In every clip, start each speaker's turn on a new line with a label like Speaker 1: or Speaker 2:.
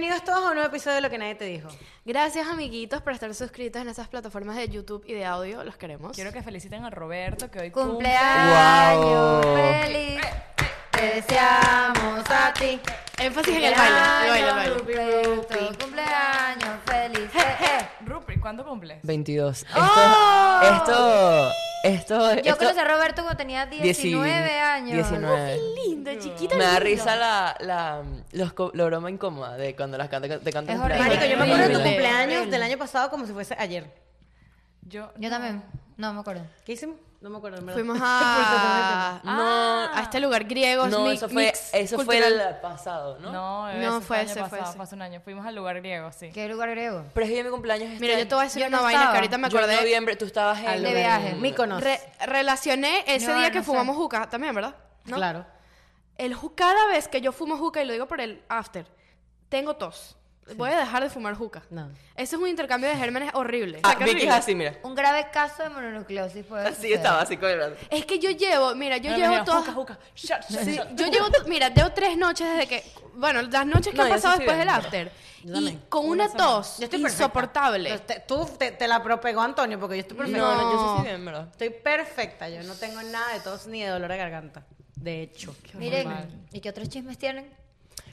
Speaker 1: nuevo episodio de Lo que nadie te dijo.
Speaker 2: Gracias, amiguitos, por estar suscritos en esas plataformas de YouTube y de audio. Los queremos.
Speaker 3: Quiero que feliciten a Roberto, que hoy
Speaker 1: Cumpleaños
Speaker 4: Wow.
Speaker 1: feliz. Te deseamos a ti.
Speaker 2: Énfasis en el baile. El baile, el baile.
Speaker 1: Cumpleaños, Ruperto, Cumpleaños feliz.
Speaker 3: cumple. Rupert, ¿cuándo cumple?
Speaker 4: 22. Esto,
Speaker 1: ¡Oh!
Speaker 4: esto, esto,
Speaker 1: Yo
Speaker 4: esto-
Speaker 1: conocí a Roberto cuando tenía 19
Speaker 4: dieci-
Speaker 1: años.
Speaker 4: 19.
Speaker 2: ¡Oh, Lindo, chiquito.
Speaker 4: Me da
Speaker 2: lindo.
Speaker 4: risa la, la, los co- la broma incómoda de cuando las canta, te cantan
Speaker 1: Es horrible.
Speaker 2: Marico, yo me acuerdo de tu Horrible.
Speaker 1: cumpleaños del año pasado como si fuese ayer.
Speaker 3: Yo,
Speaker 5: Yo también. No, me acuerdo.
Speaker 1: ¿Qué hicimos? No me acuerdo. en verdad.
Speaker 2: Fuimos a,
Speaker 4: No.
Speaker 2: a este lugar griego.
Speaker 4: No,
Speaker 2: mi-
Speaker 4: eso fue,
Speaker 2: mix
Speaker 4: eso fue
Speaker 2: cultural.
Speaker 4: el pasado, ¿no?
Speaker 3: No,
Speaker 2: No,
Speaker 3: eso
Speaker 2: fue
Speaker 3: el año
Speaker 2: ese, fue
Speaker 3: pasado,
Speaker 2: ese.
Speaker 3: fue hace un año. Fuimos al lugar griego, sí.
Speaker 5: ¿Qué lugar griego?
Speaker 4: Pero es que yo mi cumpleaños este
Speaker 2: Mira, yo te voy a
Speaker 4: año.
Speaker 2: decir
Speaker 5: Yo
Speaker 2: una
Speaker 5: no
Speaker 2: vaina que
Speaker 5: estaba.
Speaker 2: ahorita me
Speaker 4: Yo en
Speaker 2: acordé.
Speaker 4: noviembre, tú estabas en...
Speaker 5: de viaje.
Speaker 1: Míconos.
Speaker 2: Re- relacioné ese
Speaker 5: No,
Speaker 2: día
Speaker 5: no
Speaker 2: que
Speaker 5: sé.
Speaker 2: fumamos juca también, ¿verdad? ¿No?
Speaker 1: Claro.
Speaker 2: El ju- cada vez que yo fumo juca, y lo digo por el after, tengo tos. Voy a dejar de fumar juca.
Speaker 1: No.
Speaker 2: Ese es un intercambio de gérmenes horrible.
Speaker 4: Ah,
Speaker 2: Saca
Speaker 4: Vicky
Speaker 2: horrible.
Speaker 4: es así, mira.
Speaker 5: Un grave caso de mononucleosis puede
Speaker 4: Así
Speaker 5: suceder.
Speaker 4: Ah, estaba, así con el brazo.
Speaker 2: Es que yo llevo, mira, yo
Speaker 3: Pero me
Speaker 2: llevo
Speaker 3: dijeron,
Speaker 2: todas...
Speaker 3: "Juca, juca, shot, shot,
Speaker 2: Sí,
Speaker 3: shot".
Speaker 2: yo llevo, to- mira, llevo tres noches desde que, bueno, las noches que
Speaker 4: No,
Speaker 2: han
Speaker 4: yo sí
Speaker 2: pasado
Speaker 4: estoy
Speaker 2: después del
Speaker 4: bien,
Speaker 2: after.
Speaker 1: Yo
Speaker 2: Y
Speaker 1: también.
Speaker 2: con una tos
Speaker 1: Yo estoy perfecta.
Speaker 2: insoportable.
Speaker 1: Te- Tú te, te la propegó Antonio porque yo estoy perfecta.
Speaker 2: No.
Speaker 4: Bueno, yo sí sí bien, ¿verdad?
Speaker 1: Estoy perfecta. Yo no tengo nada de tos ni de dolor de garganta. De hecho.
Speaker 5: Miren, ¿y qué otros chismes tienen?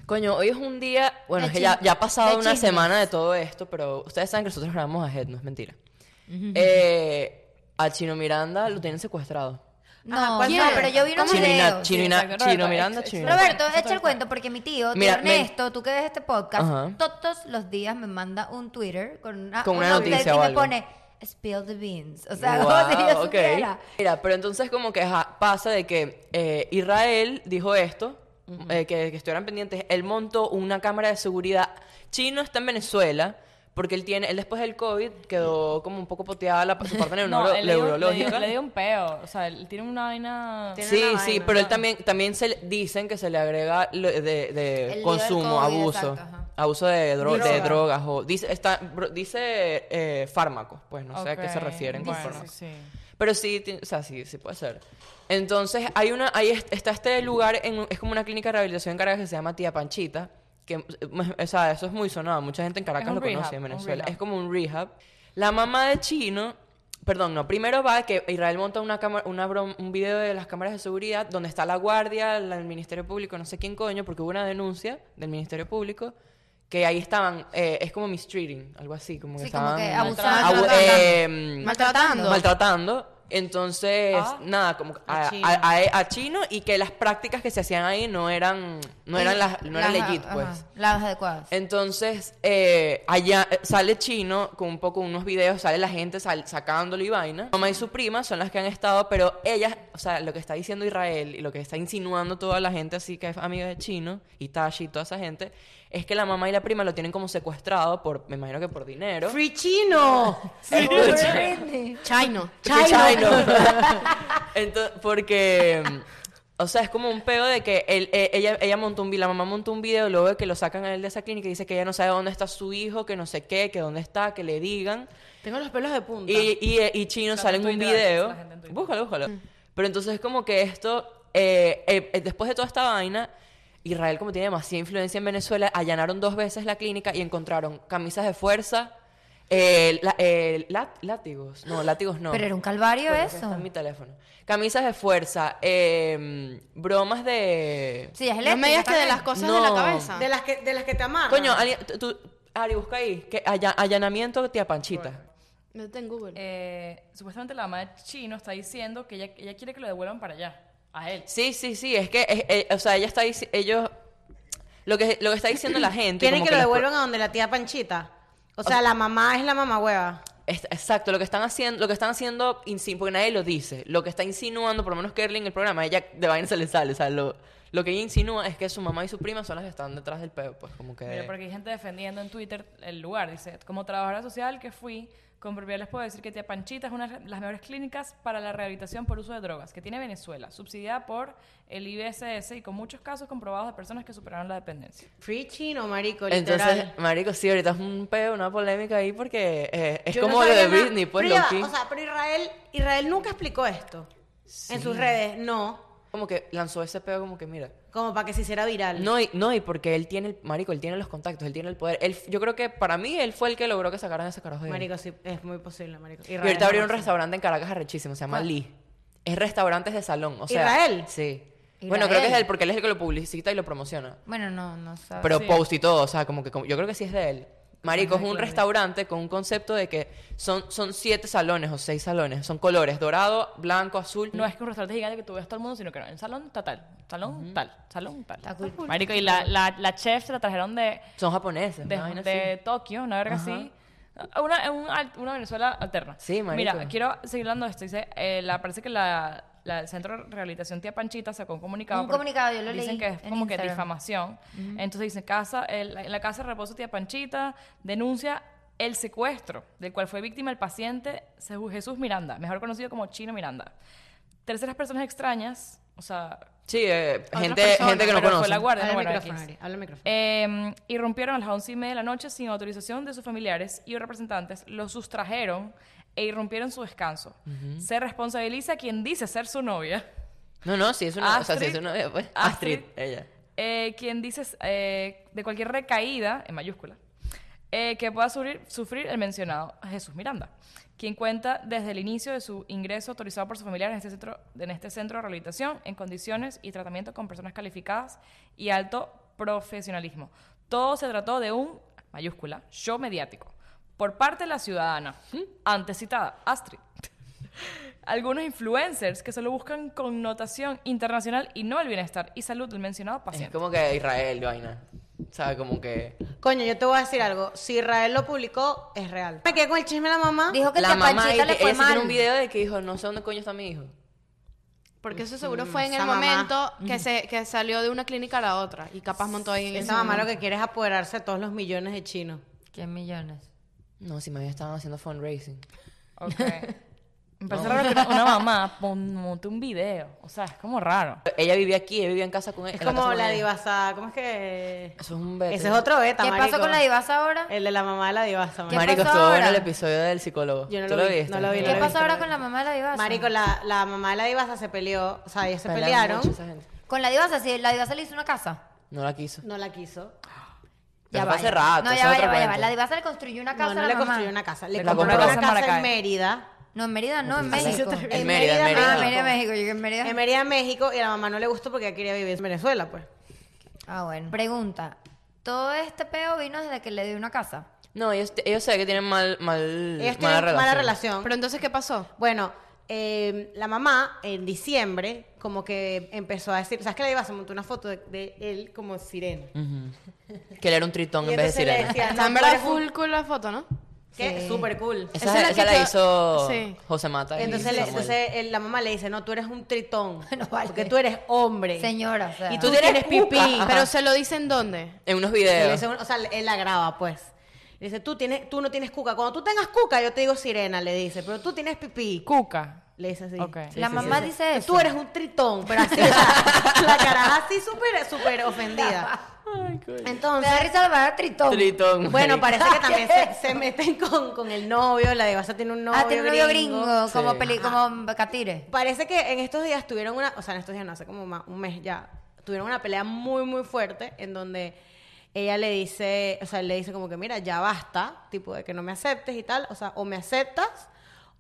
Speaker 4: Coño, hoy es un día, bueno,
Speaker 5: De
Speaker 4: es que ya,
Speaker 5: chismes,
Speaker 4: ya ha pasado
Speaker 5: de
Speaker 4: una
Speaker 5: chismes.
Speaker 4: semana de todo esto, pero ustedes saben que nosotros grabamos a Head, no es mentira. eh, a Chino Miranda lo tienen secuestrado.
Speaker 5: No,
Speaker 1: Ah, ¿cuál
Speaker 5: no,
Speaker 1: fue?
Speaker 5: pero yo vi unos
Speaker 4: Chino y Nat,
Speaker 5: videos.
Speaker 4: Chino y
Speaker 3: Ah, Sí,
Speaker 4: Nat-
Speaker 3: exacto,
Speaker 4: Chino
Speaker 3: Roberto,
Speaker 4: Miranda,
Speaker 3: ex-
Speaker 4: Chino y Nat.
Speaker 5: Roberto, echa el cuento porque mi tío, tío
Speaker 4: Mira, me-
Speaker 5: Ernesto, tú que ves este podcast,
Speaker 4: Ajá.
Speaker 5: todos los días me manda un Twitter con una,
Speaker 4: Con una
Speaker 5: un update
Speaker 4: noticia
Speaker 5: y
Speaker 4: o
Speaker 5: me
Speaker 4: algo.
Speaker 5: pone spill the beans. O sea, como si yo
Speaker 4: Wow, ok.
Speaker 5: supiera.
Speaker 4: Mira, pero entonces como que ajá, pasa de que eh, Israel dijo esto, eh, que, que estuvieran pendientes, él montó una cámara de seguridad. Chino está en Venezuela. Porque él tiene, él después del COVID quedó como un poco poteada la su parte neuro-
Speaker 3: él le dio-
Speaker 4: neurológica.
Speaker 3: Le dio, le dio un peo. O sea, él tiene una vaina.
Speaker 1: Tiene
Speaker 4: Sí,
Speaker 1: una
Speaker 4: sí,
Speaker 1: vaina,
Speaker 4: pero él también, también se le- dicen que se le agrega lo- de, de
Speaker 5: del
Speaker 4: consumo,
Speaker 5: COVID,
Speaker 4: abuso,
Speaker 5: exacto, ajá.
Speaker 4: abuso de, dro-
Speaker 1: Droga.
Speaker 4: de drogas o dice, está, bro- dice eh, fármacos, pues no sé a qué se
Speaker 3: Ok,
Speaker 4: refieren con
Speaker 3: bueno,
Speaker 4: fármacos.
Speaker 3: sí, sí.
Speaker 4: Pero sí, ti- o sea, sí, sí puede ser. Entonces hay una, ahí est- está este lugar en un- es como una clínica de rehabilitación en Caracas que se llama Tía Panchita, que, eh, o sea, eso es muy sonado, mucha gente en Caracas
Speaker 3: un
Speaker 4: lo conoce
Speaker 3: rehab,
Speaker 4: en
Speaker 3: un
Speaker 4: Venezuela,
Speaker 3: rehab.
Speaker 4: es como un rehab. La mamá de Chino, perdón, no, primero va que Israel monta una cámara, una brom- un video de las cámaras de seguridad donde está la guardia, la- el Ministerio Público, no sé quién coño, porque hubo una denuncia del Ministerio Público que ahí estaban, eh, es como mistreating, algo así, como que
Speaker 5: Sí, como
Speaker 4: estaban
Speaker 5: que
Speaker 4: abu-
Speaker 5: abusando.
Speaker 4: eh,
Speaker 2: Maltratando.
Speaker 4: maltratando. Entonces, nada, como a,
Speaker 1: A Chino.
Speaker 4: a- a- a chino y que las prácticas que se hacían ahí no eran, no eran las, no eran legit,
Speaker 5: ajá,
Speaker 4: pues.
Speaker 5: Las adecuadas.
Speaker 4: Entonces, eh, allá eh, sale chino con un poco unos videos, sale la gente sal- sacándolo y vaina. Mamá y su prima son las que han estado, pero ellas, o sea, lo que está diciendo Israel y lo que está insinuando toda la gente así que es amiga de chino y Tashi y toda esa gente, es que la mamá y la prima lo tienen como secuestrado por, me imagino que por dinero.
Speaker 1: ¡Free chino!
Speaker 2: Chino.
Speaker 4: Chino. Entonces, porque, o sea, es como un peo de que él- eh, ella, ella montó un video, la mamá montó un video, luego de que lo sacan a él de esa clínica y dice que ella no sabe dónde está su hijo, que no sé qué, que dónde está, que le digan.
Speaker 1: Tengo los pelos de punta.
Speaker 4: Y, y, eh, y Chino
Speaker 3: Está
Speaker 4: sale en
Speaker 3: en
Speaker 4: un
Speaker 3: Twitter,
Speaker 4: video.
Speaker 3: la gente en Twitter.
Speaker 4: Búscalo, búscalo.
Speaker 5: Mm.
Speaker 4: Pero entonces es como que esto, eh, eh, eh, después de toda esta vaina, Israel como tiene demasiada influencia en Venezuela, allanaron dos veces la clínica y encontraron camisas de fuerza, eh, la- eh, lá- látigos, no, látigos no.
Speaker 5: Pero era un calvario
Speaker 4: Bueno, está
Speaker 5: eso.
Speaker 4: en mi teléfono. Camisas de fuerza, eh, bromas de...
Speaker 5: Sí, es este,
Speaker 2: No
Speaker 5: eléctrica
Speaker 2: me digas que de
Speaker 5: también.
Speaker 2: las cosas de la
Speaker 4: No.
Speaker 2: cabeza.
Speaker 1: de, las que, de las que te amarran.
Speaker 4: Coño, alguien- tú- tú, Ari, busca ahí, que alla- allanamiento de tía Panchita.
Speaker 2: No está en Google.
Speaker 3: Eh, supuestamente la mamá de Chino está diciendo que ella, ella quiere que lo devuelvan para allá. A él.
Speaker 4: Sí, sí, sí, es que, es- eh, o sea, ella está dici- ellos, lo que, lo que está diciendo la gente.
Speaker 1: Quieren
Speaker 4: como
Speaker 1: que lo
Speaker 4: las pro-
Speaker 1: devuelvan a donde la tía Panchita. O sea, la mamá es la mamá hueva.
Speaker 4: Es- exacto, lo que están haciendo, lo que están haciendo, insi- porque nadie lo dice, lo que está insinuando, por lo menos Kerlin en el programa, ella de vaina se le sale, o sea, lo, lo que ella insinúa es que su mamá y su prima son las que están detrás del peo, pues como que...
Speaker 3: Mira, porque hay gente defendiendo en Twitter el lugar. Dice, como trabajadora social que fui, con propiedad les puedo decir que Tía Panchita es una de las mejores clínicas para la rehabilitación por uso de drogas que tiene Venezuela, subsidiada por el IBSS y con muchos casos comprobados de personas que superaron la dependencia.
Speaker 1: Free chino, marico, literal.
Speaker 4: Entonces, marico, sí, ahorita es un peo, una polémica ahí porque eh, es
Speaker 1: Yo
Speaker 4: como
Speaker 1: no
Speaker 4: lo de
Speaker 1: sabía nada.
Speaker 4: Britney, pues,
Speaker 1: Pero ya
Speaker 4: lo
Speaker 1: va, O sea, pero Israel, Israel nunca explicó esto en sus redes, no.
Speaker 4: como que lanzó ese pedo como que mira.
Speaker 1: Como para que se hiciera viral.
Speaker 4: No y, no, y porque él tiene, el, marico, él tiene los contactos, él tiene el poder. Él, yo creo que para mí él fue el que logró que sacaran ese carajo de ahí.
Speaker 1: Marico, sí, es muy posible, marico.
Speaker 4: Y
Speaker 1: Israel,
Speaker 4: ahorita abrió un
Speaker 1: no, sí.
Speaker 4: restaurante en Caracas arrechísimo, se llama Lee. Es restaurantes de salón, o sea...
Speaker 1: ¿Israel?
Speaker 4: Sí. Bueno, creo que es
Speaker 5: Israel.
Speaker 4: él, porque él es el que lo publicita y lo promociona.
Speaker 5: Bueno, no, no sabes.
Speaker 4: Pero post y todo, o sea, como que como- yo creo que sí es de él. Marico, es un restaurante con un concepto de que son, son siete salones o seis salones. Son colores, dorado, blanco, azul.
Speaker 3: No es que un restaurante gigante que tú ves todo el mundo, sino que no, el salón está tal, salón tal, salón tal.
Speaker 5: Está cool.
Speaker 3: Marico, y la, la, la chef se la trajeron de,
Speaker 4: Son japoneses.
Speaker 3: de,
Speaker 4: una vaina así.
Speaker 3: de Tokio, una verga así. Una, un al- una Venezuela alterna.
Speaker 4: Sí, marico.
Speaker 3: Mira, quiero seguir hablando de esto. Dice, eh, la, parece que la, la- el Centro de Rehabilitación Tía Panchita sacó un comunicado.
Speaker 5: Un
Speaker 3: por-
Speaker 5: comunicado, yo lo
Speaker 3: Dicen
Speaker 5: leí
Speaker 3: que es
Speaker 5: en
Speaker 3: como que
Speaker 5: Instagram.
Speaker 3: difamación. Entonces dicen, casa, el- en la casa de reposo Tía Panchita denuncia el secuestro del cual fue víctima el paciente Sejú- Jesús Miranda, mejor conocido como Chino Miranda. Terceras personas extrañas, o sea...
Speaker 4: Sí, eh,
Speaker 2: Otra
Speaker 4: gente,
Speaker 2: persona,
Speaker 4: gente que no
Speaker 3: pero fue
Speaker 4: conoce.
Speaker 3: la guardia,
Speaker 1: Habla
Speaker 3: no,
Speaker 1: el
Speaker 3: bueno,
Speaker 1: micrófono,
Speaker 3: X.
Speaker 1: Ari, habla el micrófono.
Speaker 3: Eh, irrumpieron a las once y media de la noche sin autorización de sus familiares y representantes, los sustrajeron e irrumpieron su descanso. Se responsabiliza a quien dice ser su novia,
Speaker 4: No, no, sí es una... o sea, sí
Speaker 3: Astrid-
Speaker 4: es una... pues, Astrid,
Speaker 3: Astrid.
Speaker 4: ella.
Speaker 3: eh, quien dice eh, de cualquier recaída, en mayúscula, eh, que pueda sufrir, sufrir el mencionado Jesús Miranda, quien cuenta desde el inicio de su ingreso autorizado por sus familiares en este centro, en este centro de rehabilitación, en condiciones y tratamiento con personas calificadas y alto profesionalismo. Todo se trató de un, mayúscula, show mediático, por parte de la ciudadana, antes citada, Astrid. Algunos influencers que solo buscan connotación internacional y no el bienestar y salud del mencionado
Speaker 4: Es
Speaker 3: paciente.
Speaker 4: como que Israel, vaina. O sea, como que...
Speaker 1: Coño, yo te voy a decir algo. Si Israel lo publicó, es real. Me quedé con el chisme de la mamá.
Speaker 5: Dijo que
Speaker 4: la
Speaker 5: la
Speaker 4: mamá,
Speaker 5: panchita
Speaker 4: ella,
Speaker 5: le
Speaker 4: ella
Speaker 5: fue
Speaker 4: sí tiene
Speaker 5: mal.
Speaker 4: un video de que dijo, no sé dónde coño está mi hijo.
Speaker 2: Porque eso seguro fue en
Speaker 1: esa
Speaker 2: el
Speaker 1: mamá.
Speaker 2: momento que, se, que salió de una clínica a la otra y capaz montó ahí en
Speaker 1: Esa
Speaker 2: ese
Speaker 1: mamá lo
Speaker 2: momento.
Speaker 1: que quiere es apoderarse de todos los millones de chinos.
Speaker 5: ¿Qué millones?
Speaker 4: No, si me estaban haciendo fundraising.
Speaker 3: Ok. Me parece raro que una- una mamá pon- monte un video. O sea, es como raro.
Speaker 4: Ella vivía aquí, ella vivía en casa con él.
Speaker 1: Es
Speaker 4: en casa
Speaker 1: como
Speaker 4: con
Speaker 1: la
Speaker 4: él.
Speaker 1: divasa. ¿Cómo es que...?
Speaker 4: Eso es un beta.
Speaker 1: Ese es otro beta,
Speaker 5: ¿Qué
Speaker 1: marico.
Speaker 5: pasó con la divasa ahora?
Speaker 1: El de la mamá de la divasa, marico.
Speaker 5: ¿Qué
Speaker 4: Marico,
Speaker 5: pasó
Speaker 4: estuvo bueno el
Speaker 5: ahora?
Speaker 4: episodio del psicólogo.
Speaker 1: Yo no
Speaker 4: ¿Tú
Speaker 1: lo vi,
Speaker 4: viste?
Speaker 1: no lo vi, no
Speaker 5: ¿Qué
Speaker 1: lo
Speaker 5: pasó
Speaker 1: vi.
Speaker 5: ahora con la mamá de la divasa?
Speaker 1: Marico, la, la mamá de la divasa se peleó. O sea, ellos se
Speaker 4: Pelean
Speaker 1: pelearon.
Speaker 4: mucho esa gente.
Speaker 5: Con la divasa, sí, la divasa le hizo una casa.
Speaker 4: No la quiso.
Speaker 1: No la quiso.
Speaker 4: Ya
Speaker 5: va,
Speaker 4: fue hace rato,
Speaker 5: No,
Speaker 4: ese
Speaker 5: ya va,
Speaker 4: otro
Speaker 5: ya va, ya va.
Speaker 4: cuento.
Speaker 5: La divasa le construyó una
Speaker 1: No,
Speaker 5: casa
Speaker 1: no
Speaker 5: a la
Speaker 1: le
Speaker 5: mamá.
Speaker 1: construyó una casa. Le
Speaker 4: La
Speaker 1: compró
Speaker 4: compró.
Speaker 1: una
Speaker 4: En
Speaker 1: casa en
Speaker 3: Maracay.
Speaker 1: Mérida.
Speaker 5: No, en Mérida no, en
Speaker 1: Así se
Speaker 5: México.
Speaker 1: atrevió.
Speaker 4: En Mérida, en
Speaker 5: Ah,
Speaker 4: México.
Speaker 5: Mérida, México. Yo que en Mérida.
Speaker 1: En Mérida, México. Y a la mamá no le gustó porque ella quería vivir en Venezuela, pues.
Speaker 5: Ah, bueno. Pregunta. Todo este peo vino desde que le dio una casa.
Speaker 4: No, ellos, ellos saben que tienen mal, mal,
Speaker 1: Ellos
Speaker 4: Mm, mala,
Speaker 1: tienen
Speaker 4: relación.
Speaker 1: mala relación.
Speaker 2: Pero entonces, ¿qué pasó?
Speaker 1: Bueno, eh, la mamá en diciembre como que empezó a decir, ¿sabes que la iba a montar una foto de, de él como sirena?
Speaker 4: Mm. Que él era un tritón
Speaker 1: Y
Speaker 4: en vez de
Speaker 1: entonces le
Speaker 4: sirena.
Speaker 1: decía,
Speaker 2: Está en
Speaker 1: "No, tú
Speaker 2: verdad
Speaker 1: eres un-
Speaker 2: full cool la foto, ¿no?
Speaker 1: ¿Qué?
Speaker 5: Sí.
Speaker 1: Súper cool.
Speaker 2: Esa
Speaker 4: Esa,
Speaker 2: es la
Speaker 4: esa
Speaker 2: que
Speaker 4: la,
Speaker 2: quedó-
Speaker 4: hizo
Speaker 2: Sí.
Speaker 4: José Mata. y
Speaker 1: Entonces, le-
Speaker 4: Samuel.
Speaker 1: entonces él- la mamá le dice, no, tú eres un tritón.
Speaker 5: No vale.
Speaker 1: Porque tú eres hombre.
Speaker 5: Señora, o sea.
Speaker 1: Y tú tienes pipí.
Speaker 2: Pero se lo dicen dónde.
Speaker 4: En unos
Speaker 1: Y le
Speaker 4: videos.
Speaker 1: dice uno- o sea, él la graba, pues. Le dice, tú, tienes, tú no tienes cuca. Cuando tú tengas cuca, yo te digo sirena, le dice. Pero tú tienes pipí.
Speaker 3: Cuca.
Speaker 1: Le dice así.
Speaker 3: Ok.
Speaker 5: La
Speaker 1: Sí, sí,
Speaker 5: mamá
Speaker 1: sí.
Speaker 5: dice eso.
Speaker 1: Tú eres un tritón, pero así, o sea, la cara así súper, súper ofendida.
Speaker 5: Me
Speaker 1: Entonces,
Speaker 5: da risa la palabra tritón.
Speaker 4: Tritón.
Speaker 1: bueno,
Speaker 4: marico.
Speaker 1: parece que también se, se meten con, con el novio, la divasa tiene un novio
Speaker 5: ah, tiene un novio gringo,
Speaker 4: Sí.
Speaker 5: como, peli, como catire.
Speaker 1: Parece que en estos días tuvieron una, o sea, en estos días no, hace como ma- un mes ya, tuvieron una pelea muy, muy fuerte en donde ella le dice, o sea, él le dice como que, mira, ya basta, tipo de que no me aceptes y tal, o sea, o me aceptas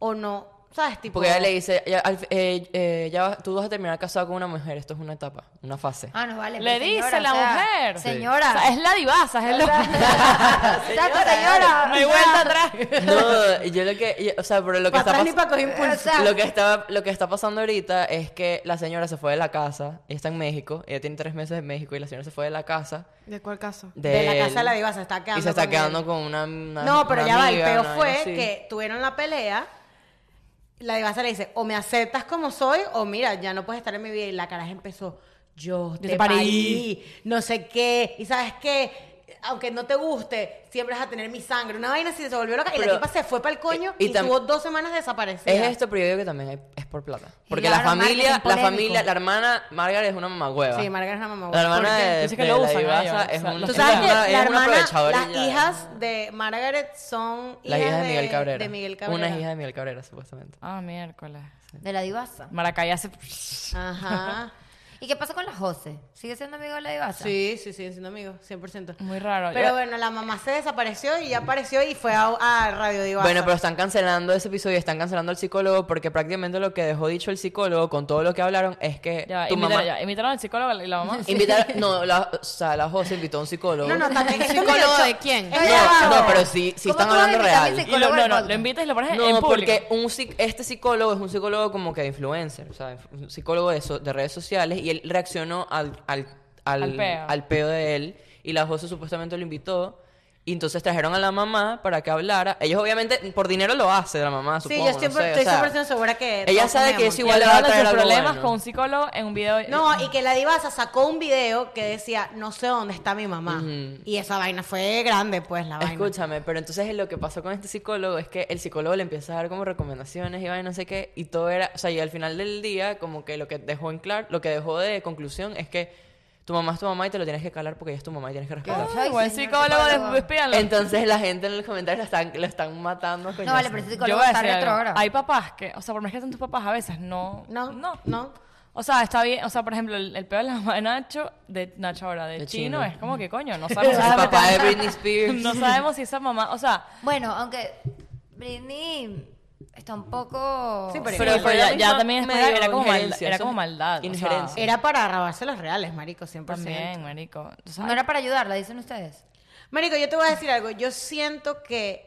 Speaker 1: o no, ¿sabes? Tipo,
Speaker 4: Porque ella le dice, ya, al- eh, eh, ya vas- tú vas a terminar casado con una mujer. Esto es una etapa, una fase.
Speaker 5: Ah, no vale.
Speaker 3: Le
Speaker 5: pero
Speaker 3: dice
Speaker 5: señora,
Speaker 3: la
Speaker 5: o sea,
Speaker 3: mujer. Sí.
Speaker 5: Señora.
Speaker 3: O sea, es la divasa, es lo...
Speaker 5: Exacto, señora.
Speaker 3: No hay
Speaker 5: o sea,
Speaker 3: vuelta atrás.
Speaker 4: No, yo lo que, yo- o sea, pero lo
Speaker 1: Pa'
Speaker 4: que está
Speaker 1: atrás ni
Speaker 4: pas- Eh,
Speaker 1: pa' coger impulso.
Speaker 5: O sea,
Speaker 4: lo que está lo que está pasando ahorita es que la señora se fue de la casa, ella está en México, ella tiene tres meses en México y la señora se fue de la casa.
Speaker 2: ¿De cuál caso?
Speaker 1: De la
Speaker 4: él,
Speaker 1: casa de la diva, se está quedando
Speaker 4: Y se está
Speaker 1: con
Speaker 4: quedando
Speaker 1: él.
Speaker 4: con una, una-
Speaker 1: No, pero
Speaker 4: una
Speaker 1: ya va, el
Speaker 4: amiga,
Speaker 1: peo
Speaker 4: una
Speaker 1: fue
Speaker 4: vaina así.
Speaker 1: que tuvieron la pelea. La divasa le dice, o me aceptas como soy, o mira, ya no puedes estar en mi vida. Y la caraja empezó, yo te,
Speaker 3: te parí.
Speaker 1: parí. no sé qué. Y sabes qué, aunque no te guste, siempre vas a tener mi sangre. Una vaina así se volvió loca. y
Speaker 4: Pero-
Speaker 1: la tipa se fue para el coño
Speaker 4: y-
Speaker 1: y,
Speaker 4: y tam-
Speaker 1: estuvo dos semanas desaparecida.
Speaker 4: Es esto, pero yo digo que también hay- es por plata. Porque la
Speaker 5: claro,
Speaker 4: familia,
Speaker 5: marketing
Speaker 4: la
Speaker 5: polémico.
Speaker 4: familia, la hermana Margaret es una mamagüeva.
Speaker 1: Sí, Margaret es una mamá.
Speaker 4: La hermana
Speaker 3: qué?
Speaker 4: de,
Speaker 3: Yo sé que
Speaker 4: de
Speaker 3: lo
Speaker 4: la
Speaker 3: usan
Speaker 4: divasa
Speaker 3: ellos,
Speaker 4: es
Speaker 3: o sea,
Speaker 4: un-
Speaker 3: los-
Speaker 1: Tú
Speaker 4: es
Speaker 1: sabes
Speaker 4: una-
Speaker 1: que
Speaker 4: es
Speaker 1: la
Speaker 4: una
Speaker 1: hermana,
Speaker 4: aprovechadora
Speaker 1: las
Speaker 4: y ya.
Speaker 1: hijas de Margaret son hijas,
Speaker 4: Las hijas de Miguel Cabrera.
Speaker 1: de Miguel Cabrera.
Speaker 4: Una hija de Miguel Cabrera, supuestamente.
Speaker 3: Ah, miércoles.
Speaker 5: De la divasa.
Speaker 3: Maracay hace...
Speaker 1: Ajá.
Speaker 5: ¿Y qué pasa con la Jose? ¿Sigue siendo amigo de la divasa?
Speaker 1: Sí, sí, siguen siendo amigos, 100%.
Speaker 3: Muy raro.
Speaker 1: Pero
Speaker 3: Yo-
Speaker 1: bueno, la mamá se desapareció y ya apareció y fue a, a Radio Divasa.
Speaker 4: Bueno, pero están cancelando ese episodio, están cancelando al psicólogo porque prácticamente lo que dejó dicho el psicólogo con todo lo que hablaron es que
Speaker 3: Ya,
Speaker 4: tu
Speaker 3: invita-
Speaker 4: mamá
Speaker 3: ya, invitaron al psicólogo y la mamá.
Speaker 4: invitar, no, la, o sea, la José invitó a un psicólogo.
Speaker 1: No, no, también. esto es
Speaker 2: ¿Psicólogo
Speaker 1: medio-
Speaker 2: de quién?
Speaker 1: es
Speaker 4: No,
Speaker 1: grabado.
Speaker 4: no, pero sí, sí
Speaker 5: ¿Cómo
Speaker 4: están
Speaker 5: tú vas a
Speaker 4: hablando
Speaker 5: invitar a mi
Speaker 4: real.
Speaker 5: psicólogo?
Speaker 3: Y lo, no,
Speaker 5: al
Speaker 3: no,
Speaker 5: podcast?
Speaker 3: lo invitas y lo pones en
Speaker 4: No,
Speaker 3: público.
Speaker 4: porque un, psi- este psicólogo es un psicólogo como que de influencer, o sea, un psicólogo de, so- de redes sociales y él reaccionó al, al, al,
Speaker 3: Al
Speaker 4: al
Speaker 3: peo.
Speaker 4: peo. de él y la José supuestamente lo invitó y entonces trajeron a la mamá para que hablara. Ellos obviamente por dinero lo hace la mamá,
Speaker 1: Sí,
Speaker 4: supongo.
Speaker 1: yo
Speaker 4: no
Speaker 1: siempre,
Speaker 4: sé, o
Speaker 1: estoy
Speaker 4: sea,
Speaker 1: 100% segura que.
Speaker 4: ella
Speaker 1: todos
Speaker 4: sabe que
Speaker 1: comemos.
Speaker 4: es
Speaker 3: Y
Speaker 4: igual le va a
Speaker 3: hablaban de
Speaker 4: traer
Speaker 3: sus
Speaker 4: algo
Speaker 3: problemas
Speaker 4: bueno.
Speaker 3: con un psicólogo en un video.
Speaker 1: No, y que la divasa sacó un video que decía, no sé dónde está mi mamá.
Speaker 4: Ujú.
Speaker 1: Y esa vaina fue grande, pues, la vaina.
Speaker 4: Escúchame, pero entonces lo que pasó con este psicólogo es que el psicólogo le empieza a dar como recomendaciones y vaina, no sé qué, y todo era, o sea, y al final del día como que lo que dejó en claro, lo que dejó de conclusión es que tu mamá es tu mamá y te lo tienes que calar porque ella es tu mamá y tienes que respetarla.
Speaker 5: Ay,
Speaker 3: Buen
Speaker 5: señor
Speaker 3: psicólogo,
Speaker 5: psicólogo.
Speaker 3: despídanlo.
Speaker 4: Entonces la gente en los comentarios lo están, lo están matando.
Speaker 5: No, vale, pero ese
Speaker 3: pues, Yo
Speaker 5: psicólogo
Speaker 3: voy a
Speaker 5: está
Speaker 3: decir algo.
Speaker 5: retrógrado.
Speaker 3: Hay papás que, o sea, por más que sean tus papás, a veces no.
Speaker 1: No,
Speaker 3: No.
Speaker 1: no, no.
Speaker 3: O sea, está bien, o sea, por ejemplo, el, el peor de la mamá de Nacho, de Nacho ahora, de,
Speaker 4: De
Speaker 3: chino, Mm.
Speaker 4: Chino.
Speaker 3: es como que coño, no sabemos,
Speaker 4: El
Speaker 3: si-
Speaker 4: papá de Britney Spears.
Speaker 3: no sabemos si esa mamá, o sea,
Speaker 5: Bueno, aunque Britney está un poco...
Speaker 1: Sí, pero-
Speaker 3: pero,
Speaker 4: Sí,
Speaker 3: pero ya,
Speaker 4: ella
Speaker 3: ya
Speaker 4: misma
Speaker 3: también después
Speaker 4: medio
Speaker 3: era como, mal-
Speaker 4: injerencia,
Speaker 3: era
Speaker 4: eso
Speaker 3: como
Speaker 4: es
Speaker 3: maldad. o sea,
Speaker 4: injerencia.
Speaker 1: Era para robarse los reales, marico, 100%.
Speaker 3: también, marico. O sea,
Speaker 5: No era para ayudarla, dicen ustedes.
Speaker 1: Marico, yo te voy a decir algo. Yo siento que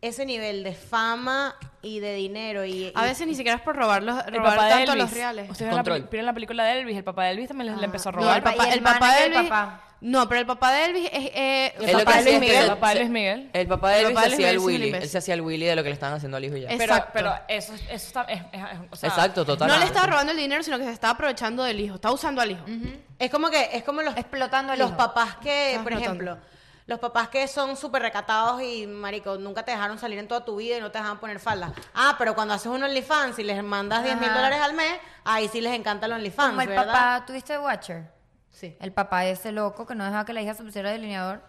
Speaker 1: ese nivel de fama y de dinero y... y-
Speaker 2: A veces ni siquiera es por robar, los,
Speaker 3: el
Speaker 2: robar
Speaker 3: papá de
Speaker 2: tanto
Speaker 3: Elvis.
Speaker 2: los reales.
Speaker 3: Ustedes vieron la peli-
Speaker 4: Control.
Speaker 3: vieron la película de Elvis, el papá de Elvis también le- le empezó a
Speaker 5: no,
Speaker 3: robar.
Speaker 5: el papá- y el manager del papá.
Speaker 2: No, pero el papá de Elvis es... eh,
Speaker 4: Él lo que
Speaker 3: papá de
Speaker 4: hacía
Speaker 3: Luis
Speaker 4: es que
Speaker 3: Miguel.
Speaker 4: se-
Speaker 3: El papá de Luis Miguel.
Speaker 4: El papá de
Speaker 2: El
Speaker 4: Elvis
Speaker 2: papá de
Speaker 4: se
Speaker 2: Luis
Speaker 4: hacía
Speaker 2: Miguel
Speaker 4: el
Speaker 2: es un
Speaker 4: Willy. Él
Speaker 2: imbécil.
Speaker 4: se hacía el Willy de lo que le estaban haciendo al hijo y ya.
Speaker 2: Es-
Speaker 3: Pero,
Speaker 2: Exacto.
Speaker 3: pero eso, eso está, es, es- es- o sea,
Speaker 4: Exacto, total.
Speaker 2: no le estaba robando el dinero, sino que se estaba aprovechando del hijo. Está usando al hijo.
Speaker 1: Es como que, es como los,
Speaker 5: Explotando al
Speaker 1: los
Speaker 5: hijo.
Speaker 1: papás que,
Speaker 2: Estás
Speaker 1: por
Speaker 2: explotando.
Speaker 1: ejemplo, los papás que son súper recatados y, marico, nunca te dejaron salir en toda tu vida y no te dejaban poner falda. Ah, pero cuando haces un OnlyFans y les mandas 10 mil
Speaker 5: Ajá.
Speaker 1: dólares al mes, ahí sí les encanta el OnlyFans,
Speaker 5: Como el
Speaker 1: ¿verdad?
Speaker 5: papá, ¿tuviste Watcher?
Speaker 1: Sí.
Speaker 5: El papá ese loco que no dejaba que la hija se pusiera delineador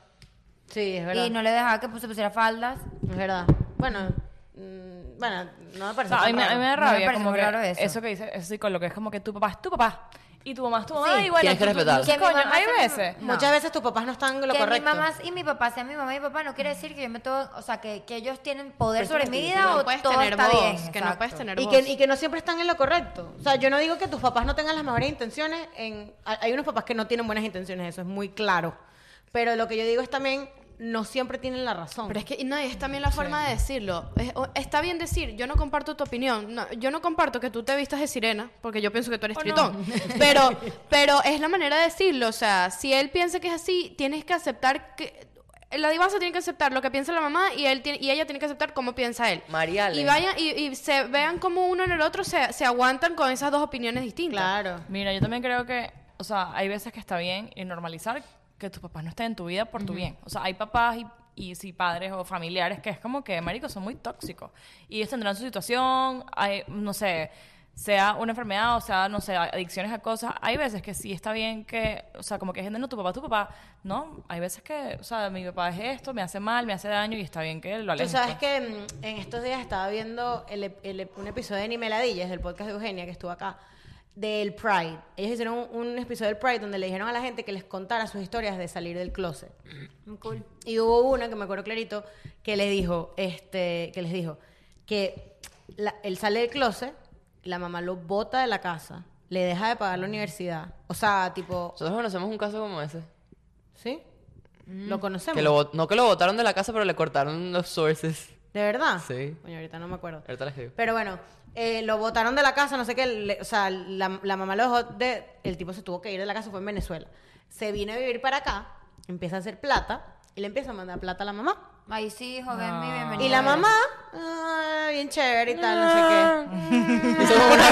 Speaker 1: Sí, es verdad.
Speaker 5: y no le dejaba que se pusiera faldas.
Speaker 1: Es verdad. Bueno, mm, bueno, no me
Speaker 3: O
Speaker 1: parece
Speaker 3: sea, a,
Speaker 1: tan
Speaker 3: mí, me- a
Speaker 1: raro.
Speaker 3: mí me da
Speaker 5: No me
Speaker 3: rabia
Speaker 5: parece
Speaker 3: como
Speaker 5: muy
Speaker 3: que
Speaker 5: raro eso.
Speaker 3: que dice el psicólogo, que es como que tu papá es tu papá y tu mamá es tu mamá
Speaker 5: Sí.
Speaker 3: y bueno,
Speaker 4: Tienes que
Speaker 3: tú- tú- tú-
Speaker 4: respetar.
Speaker 5: Que mi
Speaker 3: coño,
Speaker 5: mamá
Speaker 3: hay
Speaker 5: sea mi
Speaker 3: veces.
Speaker 5: mamá. No.
Speaker 1: Muchas veces tus papás no están en lo
Speaker 5: que
Speaker 1: correcto.
Speaker 5: mi mamá y mi papá sean mi mamá y mi papá no quiere decir que yo me todo, o sea, que, que ellos tienen poder sobre mi vida
Speaker 2: no
Speaker 5: o
Speaker 2: puedes
Speaker 5: todo
Speaker 2: tener
Speaker 5: está
Speaker 2: voz,
Speaker 5: bien.
Speaker 2: que
Speaker 5: exacto.
Speaker 2: no puedes tener
Speaker 1: y
Speaker 2: voz.
Speaker 1: que, y que no siempre están en lo correcto. O sea, yo no digo que tus papás no tengan las mejores intenciones. En, hay hay unos papás que no tienen buenas intenciones, eso es muy claro. Pero lo que yo digo es también, no siempre tienen la razón.
Speaker 2: Pero es que y no, es también la forma de decirlo. Es- o- está bien decir, yo no comparto tu opinión. No, yo no comparto que tú te vistas de sirena, porque yo pienso que tú eres tritón. Pero, pero es la manera de decirlo. O sea, si él piensa que es así, tienes que aceptar que. La divasa tiene que aceptar lo que piensa la mamá y él tiene- y ella tiene que aceptar cómo piensa él.
Speaker 4: Mariale.
Speaker 2: Y vayan y, y se vean como uno en el otro se, se aguantan con esas dos opiniones distintas.
Speaker 1: claro.
Speaker 3: Mira, yo también creo que, o sea, hay veces que está bien y normalizar que tus papás no estén en tu vida por tu bien. O sea, hay papás y, y sí, padres o familiares que es como que, marico, son muy tóxicos. Y ellos tendrán su situación, hay, no sé, sea una enfermedad o sea, no sé, adicciones a cosas. Hay veces que sí está bien que, o sea, como que gente, no, tu papá es tu papá. No, hay veces que, o sea, mi papá es esto, me hace mal, me hace daño y está bien que lo
Speaker 1: Tú
Speaker 3: alejes.
Speaker 1: sabes que
Speaker 3: pues.
Speaker 1: mm, en estos días estaba viendo el ep- el ep- un episodio de Nimeladillas, del podcast de Eugenia, que estuvo acá, del Pride. Ellos hicieron un, un episodio del Pride donde le dijeron a la gente que les contara sus historias de salir del closet. Y hubo una que me acuerdo clarito que les dijo, este, que les dijo que la- él sale del closet, la mamá lo bota de la casa, le deja de pagar la universidad. O sea, tipo,
Speaker 4: Nosotros conocemos un caso como ese.
Speaker 1: ¿sí? Lo conocemos.
Speaker 4: Que lo, bot- no que lo botaron de la casa, pero le cortaron los sources.
Speaker 1: ¿De verdad?
Speaker 4: Sí.
Speaker 1: Coño, ahorita no me acuerdo.
Speaker 4: Ahorita les digo.
Speaker 1: Pero bueno, eh, lo botaron de la casa, no sé qué, le- o sea, la, la mamá lo dejó de, el tipo se tuvo que ir de la casa, fue en Venezuela. Se vino a vivir para acá, empieza a hacer plata y le empieza a mandar plata a la mamá.
Speaker 5: Ahí sí, joven, mi bienvenida.
Speaker 1: Y la mamá, ah, bien chévere y tal, no sé qué.
Speaker 4: Eso fue una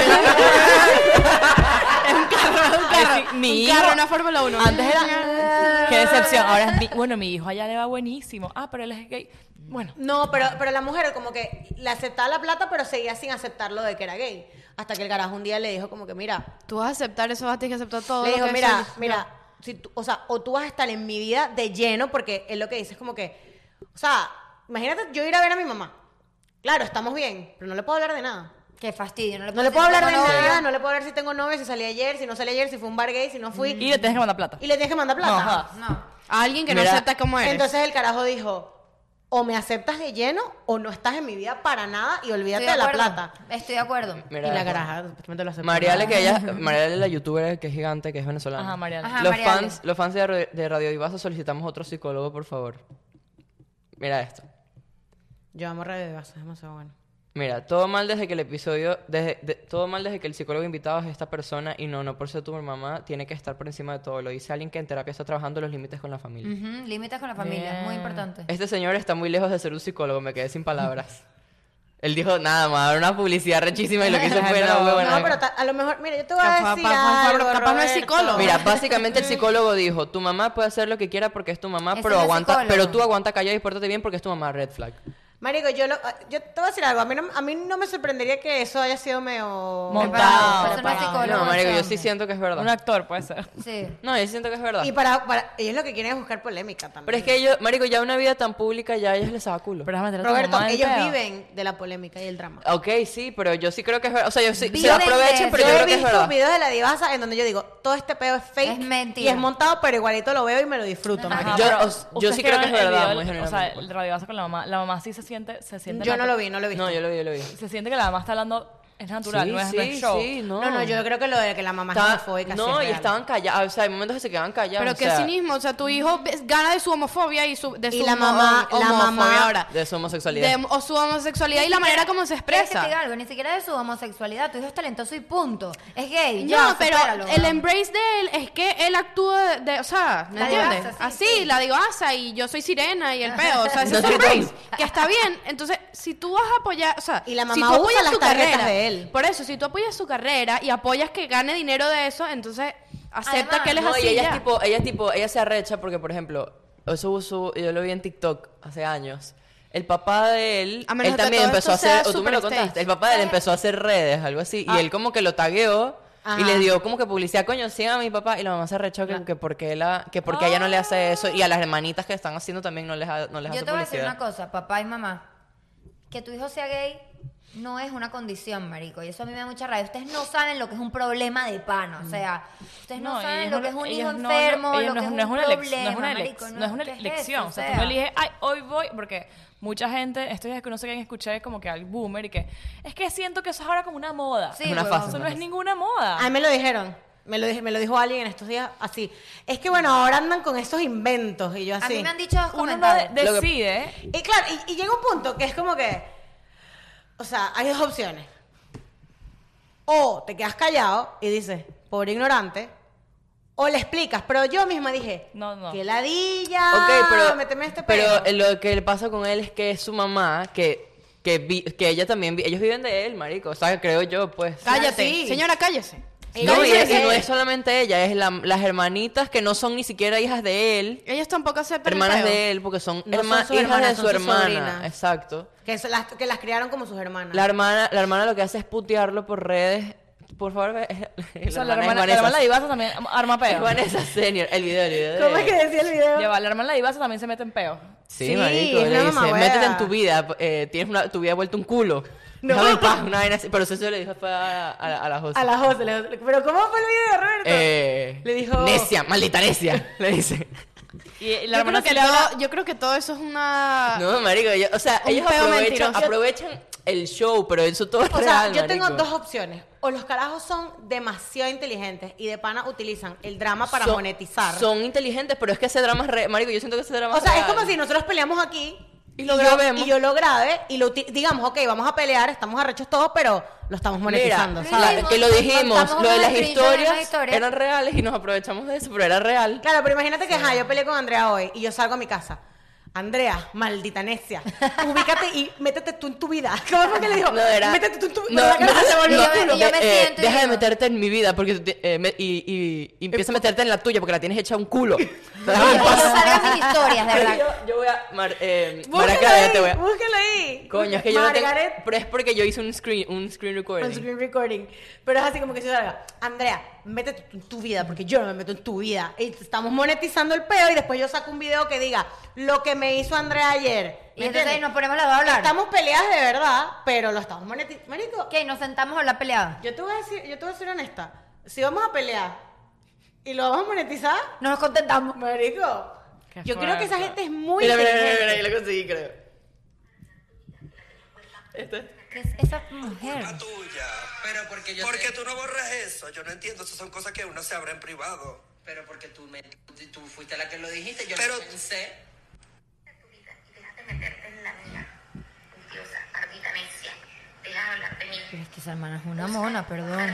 Speaker 2: Un carro, un carro.
Speaker 3: mi
Speaker 2: un
Speaker 3: hijo-
Speaker 2: carro, una Fórmula 1.
Speaker 1: Antes era,
Speaker 3: qué decepción. Ahora, es mi- bueno, mi hijo allá le va buenísimo. Ah, pero él es gay. Bueno,
Speaker 1: No, pero, pero la mujer como que le aceptaba la plata, pero seguía sin aceptar lo de que era gay. Hasta que el garajo un día le dijo como que, mira,
Speaker 2: Tú vas a aceptar eso, vas a tener que aceptar todo.
Speaker 1: le
Speaker 2: lo
Speaker 1: dijo,
Speaker 2: que
Speaker 1: mira,
Speaker 2: soy".
Speaker 1: mira, si tú- o sea, o tú vas a estar en mi vida de lleno, porque es lo que dices como que, o sea, imagínate yo ir a ver a mi mamá. Claro, estamos bien, pero no le puedo hablar de nada.
Speaker 5: Qué fastidio. No le,
Speaker 1: No le puedo hablar de
Speaker 5: tengo novio.
Speaker 1: nada, no le puedo hablar si tengo novio, si salí ayer, si no salí ayer, si fue un bar gay, si no fui.
Speaker 3: y le tienes que mandar plata.
Speaker 1: Y le tienes que mandar
Speaker 3: No,
Speaker 1: plata.
Speaker 3: jodas.
Speaker 5: No.
Speaker 2: A alguien que no
Speaker 4: Mira,
Speaker 2: acepta cómo eres.
Speaker 1: Entonces el carajo dijo, o me aceptas de lleno o no estás en mi vida para nada y olvídate
Speaker 5: Estoy
Speaker 1: de,
Speaker 5: de
Speaker 1: la
Speaker 5: acuerdo.
Speaker 1: plata.
Speaker 5: Estoy de acuerdo.
Speaker 4: Mira,
Speaker 1: y la garaja supuestamente lo aceptó.
Speaker 4: Mariale, que ella, Mariale, la youtuber que es gigante, que es venezolana.
Speaker 3: Ajá, Mariana.
Speaker 5: Ajá.
Speaker 4: los,
Speaker 5: Mariale.
Speaker 4: fans, los fans de, Radio- de Radio Divaza solicitamos otro psicólogo, por favor. Mira esto.
Speaker 1: Yo amo Radio Divas, es demasiado bueno.
Speaker 4: Mira, todo mal desde que el episodio, desde, de- todo mal desde que el psicólogo invitado es esta persona y no, no por ser tu mamá, tiene que estar por encima de todo. Lo dice alguien que en terapia está trabajando los límites con la familia.
Speaker 5: Ujú, Límites con la familia, muy importante.
Speaker 4: Este señor está muy lejos de ser un psicólogo, me quedé sin palabras. Él dijo, nada, me va a dar una publicidad rechísima y lo que hizo fue una huevona.
Speaker 1: no, pero ta- a lo mejor, mira, yo te voy a
Speaker 2: Capaz-
Speaker 1: decir
Speaker 2: capaz-
Speaker 1: algo,
Speaker 2: capaz no es
Speaker 1: Roberto.
Speaker 2: psicólogo.
Speaker 4: Mira, básicamente el psicólogo dijo, tu mamá puede hacer lo que quiera porque es tu mamá,
Speaker 5: Ese
Speaker 4: pero
Speaker 5: no es
Speaker 4: aguanta,
Speaker 5: psicólogo.
Speaker 4: pero tú aguanta callado y pórtate bien porque es tu mamá red flag.
Speaker 1: Marico, yo, lo, yo te voy a decir algo. A mí, no, a mí no me sorprendería que eso haya sido medio...
Speaker 3: Montado.
Speaker 5: Eso no es
Speaker 3: preparado.
Speaker 5: psicólogo,
Speaker 4: no,
Speaker 5: ese
Speaker 4: marico, yo sí
Speaker 5: hombre.
Speaker 4: siento que es verdad.
Speaker 3: Un actor puede ser.
Speaker 5: Sí.
Speaker 4: No, yo siento que es verdad.
Speaker 1: Y para, para... Ellos lo que quieren es buscar polémica también.
Speaker 4: Pero es que ellos, marico, ya una vida tan pública ya a ellos les da culo.
Speaker 3: Pero déjame meter a tu
Speaker 1: Roberto,
Speaker 3: mamá en el
Speaker 1: ellos
Speaker 3: pedo.
Speaker 1: viven de la polémica y el drama.
Speaker 4: Ok, sí, pero yo sí creo que es verdad. O sea, yo sí, se
Speaker 5: Viven
Speaker 4: aprovechen,
Speaker 5: de
Speaker 4: Ah, pero
Speaker 1: yo, he
Speaker 4: yo, creo que es
Speaker 1: visto
Speaker 4: verdad.
Speaker 1: videos de la divasa en donde yo digo, todo este pedo es fake
Speaker 5: Es mentira.
Speaker 1: y es montado, pero igualito lo veo y me lo disfruto.
Speaker 5: Ajá.
Speaker 1: marico.
Speaker 4: Yo-
Speaker 3: Ah, pero
Speaker 4: os- yo
Speaker 3: ustedes
Speaker 4: sí creo que
Speaker 3: vieron
Speaker 4: es
Speaker 3: el
Speaker 4: verdad,
Speaker 3: video,
Speaker 4: muy
Speaker 3: O sea,
Speaker 4: generalmente.
Speaker 3: el radioazo con la mamá. La mamá sí se siente... Se siente
Speaker 1: Yo no
Speaker 3: natu-
Speaker 1: lo vi, no lo vi.
Speaker 4: No, yo lo vi, yo lo vi.
Speaker 3: Se siente que la mamá está hablando... Es natural,
Speaker 4: sí,
Speaker 3: no es no es
Speaker 4: sí,
Speaker 3: show.
Speaker 4: sí, no.
Speaker 1: No, no, yo creo que lo de que la mamá
Speaker 4: Estaban-
Speaker 1: es homofóbica. sí
Speaker 4: No,
Speaker 1: es
Speaker 4: y
Speaker 1: real.
Speaker 4: estaban callados. O sea, hay momentos que se quedan callados.
Speaker 2: Pero
Speaker 4: o
Speaker 2: qué
Speaker 4: sea,
Speaker 2: cinismo, o sea, tu hijo ves- gana de su homofobia y su, de
Speaker 1: Y
Speaker 2: su
Speaker 1: la
Speaker 2: homo-
Speaker 1: mamá- la
Speaker 2: homofobia
Speaker 1: mamá-
Speaker 2: ahora.
Speaker 4: De su homosexualidad.
Speaker 2: De- o su homosexualidad y la manera como se
Speaker 5: ¿Quieres que
Speaker 2: expresa.
Speaker 5: te diga algo, ni siquiera de su homosexualidad. Tu hijo es talentoso y punto. Es gay.
Speaker 2: No,
Speaker 5: ya,
Speaker 2: pero
Speaker 5: supéralo.
Speaker 2: el embrace de él es que él actúa de, de- o sea, ¿me
Speaker 5: La
Speaker 2: entiendes?
Speaker 5: divasa, sí,
Speaker 2: Así,
Speaker 5: sí.
Speaker 2: la divasa y yo soy sirena y el peo, o sea, ese es
Speaker 4: No
Speaker 2: su
Speaker 4: soy
Speaker 2: embrace,
Speaker 4: trans.
Speaker 2: que está bien. Entonces, si tú vas a apoyar, o sea,
Speaker 1: Y la
Speaker 2: si
Speaker 1: mamá
Speaker 2: tú
Speaker 1: usa
Speaker 2: apoyas
Speaker 1: las
Speaker 2: tu
Speaker 1: tarjetas
Speaker 2: carrera,
Speaker 1: de él.
Speaker 2: por eso, si tú apoyas su carrera y apoyas que gane dinero de eso, entonces acepta
Speaker 5: Además,
Speaker 2: que él es
Speaker 4: No,
Speaker 2: así
Speaker 4: y ella
Speaker 2: ya.
Speaker 4: es tipo, ella es tipo, ella se arrecha porque, por ejemplo, eso usó- yo lo vi en TikTok hace años. El papá de él,
Speaker 2: A menos
Speaker 4: él
Speaker 2: que
Speaker 4: también
Speaker 2: todo
Speaker 4: empezó a
Speaker 2: esto sea
Speaker 4: hacer, o tú me lo
Speaker 2: superstage. Eh. Ah.
Speaker 4: contaste, el papá de él empezó a hacer redes, algo así, y él como que lo tagueó y
Speaker 1: Ajá.
Speaker 4: le dio como que publicidad, coño, sigan a mi papá, y la mamá se arrechó que, que porque, la, que porque a ella no le hace eso, y a las hermanitas que están haciendo también no les, ha- no les hace
Speaker 5: Yo te voy a decir
Speaker 4: publicidad.
Speaker 5: una cosa, papá y mamá. Que tu hijo sea gay no es una condición, marico. Y eso a mí me da mucha rabia. Ustedes no saben lo que es un problema de pano. O sea, ustedes no,
Speaker 3: No,
Speaker 5: saben
Speaker 3: ellas
Speaker 5: lo
Speaker 3: no
Speaker 5: que
Speaker 3: lo-
Speaker 5: es un hijo
Speaker 3: ellas no lo-
Speaker 5: enfermo,
Speaker 3: ellas
Speaker 5: lo
Speaker 3: no
Speaker 5: que
Speaker 3: es-
Speaker 5: es un
Speaker 3: no es una elec-
Speaker 5: problema,
Speaker 3: no es una elec-
Speaker 5: marico.
Speaker 3: no es una
Speaker 5: ¿qué eso?
Speaker 3: elección. O sea, tú no eliges, ay, hoy voy, porque mucha gente, esto ya es que no sé quién escuché como que al boomer y que, es que siento que eso es ahora como una moda.
Speaker 5: Sí, pues,
Speaker 4: Es una
Speaker 5: huevón.
Speaker 4: fase.
Speaker 3: Eso no es ninguna moda.
Speaker 1: A mí me lo dijeron. Me lo, dije- me lo dijo alguien en estos días así. Es que bueno, ahora andan con estos inventos y yo así.
Speaker 5: A mí me han dicho dos
Speaker 3: Uno no de-
Speaker 5: comentarios.
Speaker 4: Lo que-
Speaker 3: decide... ¿eh?
Speaker 1: Y claro, y, y llega un punto que es como que. O sea, hay dos opciones. O te quedas callado y dices, pobre ignorante. O le explicas, pero yo misma dije,
Speaker 3: No, no.
Speaker 1: que ladilla,
Speaker 4: Ok, pero,
Speaker 1: méteme este
Speaker 4: pero
Speaker 1: pelo".
Speaker 4: eh, lo que le pasa con él es que es su mamá, que, que, vi- que ella también, vi- ellos viven de él, marico, o sea, creo yo, pues.
Speaker 2: Cállate,
Speaker 1: Sí.
Speaker 2: señora, cállese.
Speaker 4: No, y,
Speaker 1: Ella Ah, dice
Speaker 4: y no
Speaker 1: que-
Speaker 4: es solamente ella, es la- las hermanitas que no son ni siquiera hijas de él,
Speaker 2: Ellos tampoco aceptan el
Speaker 4: hermanas
Speaker 2: peo.
Speaker 4: de él, porque son,
Speaker 1: No
Speaker 4: herma-
Speaker 1: son sus
Speaker 4: hijas de
Speaker 1: hermanas,
Speaker 4: su
Speaker 1: son sus
Speaker 4: hermana.
Speaker 1: sobrinas. Ah.
Speaker 4: Exacto.
Speaker 1: Que, se las, que las criaron como sus hermanas.
Speaker 4: La hermana, la hermana lo que hace es putearlo por redes. Por favor, ve-
Speaker 3: O sea, la
Speaker 4: es
Speaker 3: hermana, la
Speaker 4: Vanessa-
Speaker 3: hermana de Ibaza también arma
Speaker 4: es
Speaker 3: peo.
Speaker 4: Vanessa Senior. El video, el video. de-
Speaker 1: ¿Cómo es que decía el video?
Speaker 3: Ya va, la hermana de Ibaza también se mete en peo.
Speaker 4: Sí,
Speaker 1: Sí,
Speaker 4: marico,
Speaker 1: es
Speaker 4: le
Speaker 1: una
Speaker 4: dice,
Speaker 1: mamahueva.
Speaker 4: métete en tu vida, eh, tienes una, tu vida vuelta un culo.
Speaker 1: No.
Speaker 4: No. Déjame en paz, una vaina así. Pero eso se lo dijo fue a, a, a la José.
Speaker 1: A la José. le- le- Pero ¿cómo fue el video, Roberto?
Speaker 4: Eh,
Speaker 1: Le dijo-
Speaker 4: Necia, maldita necia, le dice.
Speaker 3: Y
Speaker 2: Yo
Speaker 3: la
Speaker 2: creo,
Speaker 3: hermana se
Speaker 2: que
Speaker 3: le habla...
Speaker 2: todo, yo creo que todo eso es
Speaker 1: Ah.
Speaker 2: una...
Speaker 4: No, marico, yo- o sea,
Speaker 2: Un
Speaker 4: ellos
Speaker 2: pedo
Speaker 4: aprovechan,
Speaker 2: mentiroso.
Speaker 4: aprovechan el show, pero eso todo es
Speaker 1: o sea,
Speaker 4: real,
Speaker 1: yo tengo
Speaker 4: marico.
Speaker 1: dos opciones. O los carajos son demasiado inteligentes y de pana utilizan el drama para
Speaker 4: Son-
Speaker 1: monetizar.
Speaker 4: Son inteligentes, pero es que ese drama es re... Marico, yo siento que ese drama
Speaker 1: o sea, es
Speaker 4: real.
Speaker 1: como si nosotros peleamos aquí
Speaker 4: Y lo
Speaker 1: yo-
Speaker 4: grabemos.
Speaker 1: y yo lo grabe y lo uti- digamos, ok, vamos a pelear, estamos arrechos todos, pero lo estamos monetizando.
Speaker 4: Mira,
Speaker 1: ¿sabes?
Speaker 4: la- que lo
Speaker 5: Nos
Speaker 4: dijimos,
Speaker 5: montamos
Speaker 4: lo de
Speaker 5: unos
Speaker 4: las
Speaker 5: screenshots de
Speaker 4: historias
Speaker 5: una historia.
Speaker 4: eran reales y nos aprovechamos de eso, pero era real.
Speaker 1: Claro, pero imagínate que ajá, yo peleé con Andrea hoy y yo salgo a mi casa. Andrea, maldita necia, ubícate y métete tú en tu vida. ¿Cómo fue que le dijo?
Speaker 4: No, era.
Speaker 1: Métete tú en tu vida.
Speaker 4: No, no,
Speaker 5: se volvió
Speaker 4: no,
Speaker 5: loco.
Speaker 4: no,
Speaker 5: Y yo me
Speaker 4: eh,
Speaker 5: siento y
Speaker 4: Deja de
Speaker 5: digo-
Speaker 4: meterte en mi vida porque tú te- eh, me- y, y- y empieza a meterte en la tuya porque la tienes hecha un culo. Déjame en
Speaker 5: No
Speaker 4: paz.
Speaker 5: salgas sin historias, de verdad.
Speaker 4: Yo, yo voy a. Mar, eh,
Speaker 1: Búsquelo
Speaker 4: Maracara,
Speaker 1: ahí,
Speaker 4: te voy a.
Speaker 1: búsquelo ahí.
Speaker 4: Coño, es que yo no tengo.
Speaker 1: Margaret
Speaker 4: Pero es porque yo hice un screen, un screen recording.
Speaker 1: On screen recording. Pero es así como que yo salga, Andrea, métete tú en tu vida, porque yo no me meto en tu vida. Y estamos monetizando el peo y después yo saco un video que diga lo que me hizo Andrea ayer.
Speaker 5: Y
Speaker 1: ¿Me
Speaker 5: entonces ahí
Speaker 1: entiendes?
Speaker 5: nos ponemos las dos a hablar.
Speaker 1: Estamos peleadas de verdad, pero lo estamos monetizando. Marico,
Speaker 5: ¿Qué? ¿Nos sentamos a hablar peleada?
Speaker 1: yo te voy a decir, yo te voy a ser honesta. Si vamos a pelear y lo vamos a monetizar,
Speaker 5: No nos contentamos.
Speaker 1: marico.
Speaker 3: Qué
Speaker 1: yo creo que esa
Speaker 3: fuerte.
Speaker 1: gente es muy
Speaker 4: Mira, mira, mira,
Speaker 1: inteligente.
Speaker 4: mira, yo lo conseguí, creo. Este.
Speaker 5: ¿Qué es esa mujer?
Speaker 6: culpa tuya.
Speaker 7: Pero porque yo
Speaker 6: Porque
Speaker 7: sé-
Speaker 6: tú no borras eso. Yo no entiendo. Esas son cosas que uno se abre en privado.
Speaker 7: Pero porque tú, me, tú fuiste la que lo dijiste, yo
Speaker 6: Pero-
Speaker 7: lo pensé.
Speaker 5: Es que esa hermana es una mona, perdón.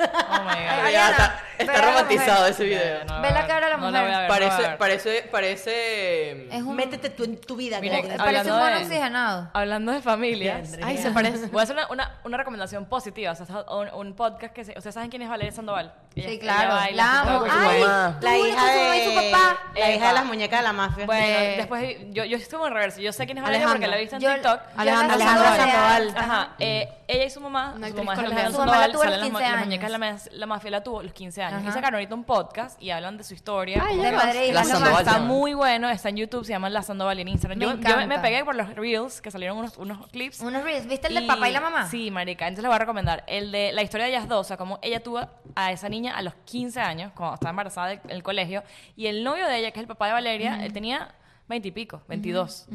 Speaker 3: Oh my God.
Speaker 5: Ariana,
Speaker 4: está está
Speaker 5: ve a la
Speaker 4: romantizado
Speaker 5: mujer.
Speaker 4: ese video.
Speaker 3: No la
Speaker 5: Ve
Speaker 3: voy
Speaker 5: la
Speaker 3: a
Speaker 5: cara de la
Speaker 3: ver, no la
Speaker 5: mujer.
Speaker 3: voy a ver, no la voy a
Speaker 4: Parece,
Speaker 3: ver.
Speaker 4: parece, parece.
Speaker 5: Es un... eh,
Speaker 1: Métete tú en tu vida.
Speaker 3: Mira,
Speaker 1: Andrea.
Speaker 5: parece
Speaker 3: hablando
Speaker 5: un mono
Speaker 3: de-
Speaker 5: oxigenado.
Speaker 3: Hablando de familias.
Speaker 1: Andrea. Ay, se
Speaker 3: parece. Voy a hacer una, una, una recomendación positiva. O sea, está un, un podcast que se. O sea, ¿saben quién es Valeria Sandoval? Ella-
Speaker 5: Sí,
Speaker 3: ella
Speaker 5: claro.
Speaker 3: baila, hace
Speaker 5: La amo.
Speaker 3: todo.
Speaker 4: su
Speaker 5: Ay,
Speaker 4: mamá.
Speaker 5: tú
Speaker 1: la
Speaker 5: eres
Speaker 1: hija
Speaker 5: tu mamá y
Speaker 1: de
Speaker 5: su papá.
Speaker 1: la hija
Speaker 3: Epa.
Speaker 1: de las muñecas de la mafia.
Speaker 3: Bueno, después yo, yo estuve en reverso. Yo sé quién es Valeria porque la he visto en
Speaker 5: Yo-
Speaker 3: TikTok.
Speaker 5: yo
Speaker 2: Alejandra
Speaker 5: la
Speaker 2: Sandoval.
Speaker 5: Sandoval.
Speaker 3: Ajá, eh, ella y su mamá,
Speaker 2: Una
Speaker 3: su
Speaker 2: actriz
Speaker 3: mamá es
Speaker 2: colombiana.
Speaker 3: Alejandra
Speaker 5: Su mamá la
Speaker 3: Sandoval,
Speaker 5: tuvo a los
Speaker 3: salen las, mu-
Speaker 5: 15
Speaker 3: las muñecas de la,
Speaker 5: años.
Speaker 3: ma- la mafia la tuvo a los 15 años.
Speaker 5: Ajá.
Speaker 3: Y sacaron ahorita un podcast y hablan de su historia.
Speaker 2: Ay,
Speaker 5: De madre y
Speaker 4: La
Speaker 5: hija de
Speaker 4: Sandoval
Speaker 5: mamá.
Speaker 4: se
Speaker 3: Está
Speaker 4: llama.
Speaker 3: muy bueno, está en YouTube, se llama La Sandoval en Instagram.
Speaker 5: Me
Speaker 3: yo, yo me
Speaker 5: encanta.
Speaker 3: pegué por los reels, que salieron unos, unos clips.
Speaker 5: Unos reels. ¿Viste el del papá y la mamá?
Speaker 3: Sí, marica. Entonces les voy a recomendar el de la historia de ellas dos, o sea, cómo ella tuvo a esa niña a los 15 años, cuando estaba embarazada del el colegio, y el novio de ella, que es el papá de Valeria, él tenía 20 y pico, 22.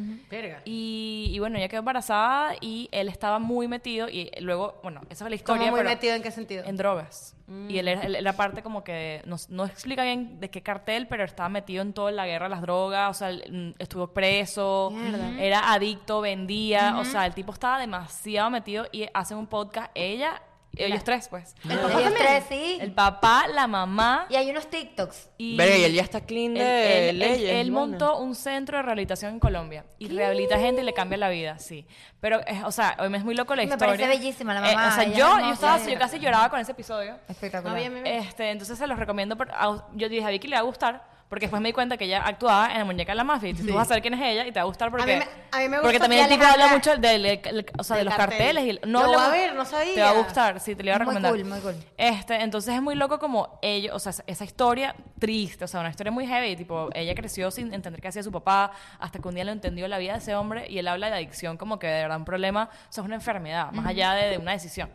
Speaker 3: Y, y bueno, ella quedó embarazada y él estaba muy metido y luego, bueno, esa fue la
Speaker 1: ¿Cómo
Speaker 3: historia.
Speaker 1: muy
Speaker 3: pero-
Speaker 1: metido en qué sentido?
Speaker 3: en drogas. Y
Speaker 5: Mm.
Speaker 3: él era, él era parte como que, no, no explica bien de qué cartel, pero estaba metido en toda la guerra de las drogas, o sea, él, mm, estuvo preso, mm, era adicto, vendía, o sea, el tipo estaba demasiado metido y hacen un podcast, ella, ellos tres pues.
Speaker 5: El papá también. Sí.
Speaker 3: El papá, la mamá
Speaker 5: Y hay unos TikToks.
Speaker 3: y...
Speaker 4: Verga, y él ya está clean
Speaker 3: Él, él-
Speaker 4: de
Speaker 3: él-
Speaker 4: leyes.
Speaker 3: él
Speaker 4: y vaina.
Speaker 3: montó un centro de rehabilitación en Colombia y rehabilita gente y le cambia la vida, sí. Pero, eh, o sea, hoy me es muy loco la
Speaker 5: Me
Speaker 3: historia.
Speaker 5: parece bellísima la
Speaker 3: Eh,
Speaker 5: mamá,
Speaker 3: o sea, yo,
Speaker 5: ella es
Speaker 3: yo estaba
Speaker 5: hermosa.
Speaker 3: así, yo casi lloraba con ese episodio.
Speaker 5: Espectacular.
Speaker 3: Este, entonces se los recomiendo. por- a- yo dije a Vicky le va a gustar. Porque después me di cuenta que ella actuaba en la muñeca de la mafia. Entonces tú vas a saber quién es ella y te va a gustar porque.
Speaker 1: A mí me- a mí me gusta
Speaker 3: Porque
Speaker 1: que
Speaker 3: también el tipo
Speaker 1: Alejandra-
Speaker 3: habla mucho del, del- del- o sea, de
Speaker 1: del
Speaker 3: los
Speaker 1: cartel.
Speaker 3: carteles. Y,
Speaker 1: Lo
Speaker 3: habla
Speaker 1: voy a
Speaker 3: mu-
Speaker 1: ver, no sabía.
Speaker 3: Te va a gustar, sí, te lo iba a
Speaker 5: Muy
Speaker 3: recomendar.
Speaker 5: cool, muy cool.
Speaker 3: Este, entonces es muy loco como ellos, o sea, esa- esa historia triste, o sea, una historia muy heavy. Tipo, ella creció sin entender qué hacía su papá, hasta que un día lo entendió la vida de ese hombre y él habla de adicción como que de verdad un problema, o sea, es una enfermedad, más allá de, de una decisión.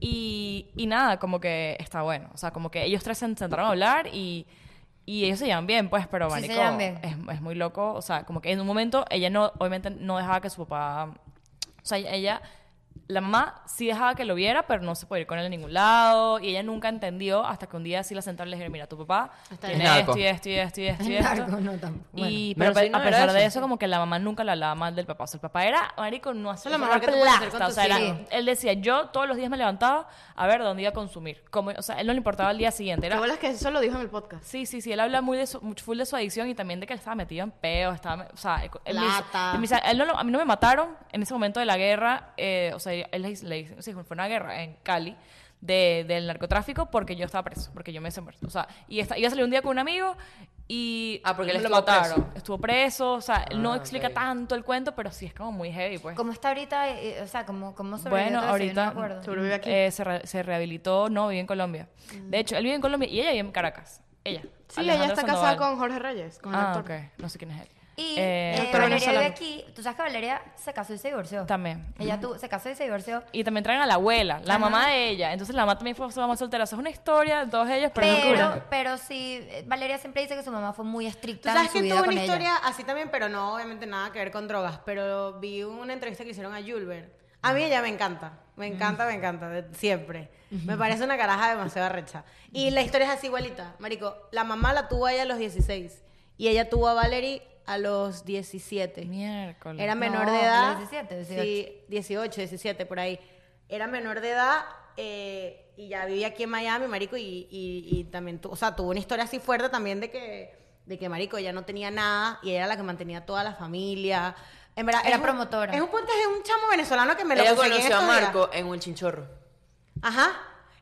Speaker 3: Y, y nada, como que está bueno. O sea, como que ellos tres se sentaron a hablar y, y ellos se llevan bien, pues, pero
Speaker 5: Sí, se
Speaker 3: marico,
Speaker 5: llevan bien.
Speaker 3: Es, es muy loco. O sea, como que en un momento ella no, obviamente no dejaba que su papá. O sea, ella. La mamá sí dejaba que lo viera, pero no se podía ir con él a ningún lado. Y ella nunca entendió hasta que un día sí la sentaron y le dijeron, mira, tu papá
Speaker 1: Está
Speaker 3: tiene
Speaker 4: bien. Es
Speaker 3: esto
Speaker 4: narco.
Speaker 3: y esto y esto y esto y
Speaker 5: Es
Speaker 3: esto.
Speaker 5: narco, no, tampoco.
Speaker 3: Y,
Speaker 4: Bueno.
Speaker 3: pero
Speaker 4: Pero sí, no
Speaker 3: a
Speaker 4: era
Speaker 3: pesar de
Speaker 4: eso.
Speaker 3: eso, como que la mamá nunca le hablaba mal del papá. O sea, el papá era, marico, no
Speaker 1: Eso
Speaker 3: hace
Speaker 1: es lo
Speaker 3: una
Speaker 1: mejor que tú puedes hacer con
Speaker 3: plasta. O
Speaker 1: tus
Speaker 3: sea, era-
Speaker 1: hijos.
Speaker 3: él decía, yo todos los días me levantaba a ver dónde iba a consumir. Como, o sea, él no le importaba el día siguiente.
Speaker 2: Qué
Speaker 3: Era,
Speaker 2: bolas que eso lo dijo en el podcast.
Speaker 3: Sí, sí, sí, él habla muy de su, mucho full de su adicción y también de que él estaba metido en peo, estaba, o sea, él- él me dice-
Speaker 1: Plata.
Speaker 3: él me dice, "A él no lo- a mí no me mataron en ese momento de la guerra, eh, o sea, él le dice, le dice- sí, fue una guerra en Cali de- del narcotráfico porque yo estaba preso, porque yo me desembarazé, o sea, y esta- iba a salir un día con un amigo y
Speaker 4: Ah, porque él
Speaker 3: lo
Speaker 4: estuvo
Speaker 3: mataron,
Speaker 4: preso.
Speaker 3: estuvo preso, o sea, él no
Speaker 4: Ah,
Speaker 3: explica
Speaker 4: ok.
Speaker 3: tanto el cuento, pero sí es como muy heavy, pues.
Speaker 5: ¿Cómo está ahorita? Eh, eh, o sea, ¿cómo, cómo sobrevivió
Speaker 3: Bueno,
Speaker 5: todo eso? Yo
Speaker 3: ahorita
Speaker 5: no me acuerdo.
Speaker 2: Sobrevive aquí.
Speaker 3: eh, se, re- se rehabilitó, no, vive en Colombia. De hecho, él vive en Colombia y ella vive en Caracas. Ella.
Speaker 2: Sí, ella
Speaker 3: Alejandra
Speaker 2: está casada
Speaker 3: Sandoval.
Speaker 2: con Jorge Reyes, con el
Speaker 3: Ah,
Speaker 2: actor.
Speaker 3: ok. No sé quién es él.
Speaker 5: Y
Speaker 3: Eh,
Speaker 5: eh,
Speaker 2: actor
Speaker 5: Valeria vive
Speaker 2: venezolano.
Speaker 5: aquí. Tú sabes que Valeria se casó y se divorció.
Speaker 3: También.
Speaker 5: Ella tú, se casó y se divorció.
Speaker 3: y también traen a la abuela, la mamá de ella. Entonces la mamá también fue su mamá soltera. O sea, es una historia de todos ellos, pero, es
Speaker 5: Pero,
Speaker 3: locura.
Speaker 5: pero sí, eh, Valeria siempre dice que su mamá fue muy
Speaker 1: Tú
Speaker 5: estricta
Speaker 1: sabes
Speaker 5: en su
Speaker 1: que
Speaker 5: vida
Speaker 1: tuvo
Speaker 5: con
Speaker 1: una
Speaker 5: ella.
Speaker 1: historia así también, pero no obviamente nada que ver con drogas. Pero vi una entrevista que hicieron a Julber. A mí ella me encanta. Me encanta, me encanta. de- siempre. Me parece una caraja demasiado arrecha. Y la historia es así igualita. Marico, la mamá la tuvo a ella a los 16. Y ella tuvo a Valerie a los 17.
Speaker 3: Miércoles.
Speaker 1: Era menor
Speaker 5: No,
Speaker 1: de edad.
Speaker 5: los 17,
Speaker 1: Sí, 18, 17, por ahí. Era menor de edad eh, y ya vivía aquí en Miami, marico, y, y- y también, tu- o sea, tuvo una historia así fuerte también de que, de que marico, ella no tenía nada y ella era la que mantenía toda la familia. En verdad,
Speaker 5: Era
Speaker 1: es un-
Speaker 5: promotora.
Speaker 1: es un podcast de un chamo venezolano que me lo
Speaker 4: Ella
Speaker 1: conseguí en
Speaker 4: conoció a
Speaker 1: estos días.
Speaker 4: Marco en un chinchorro.
Speaker 1: Ajá.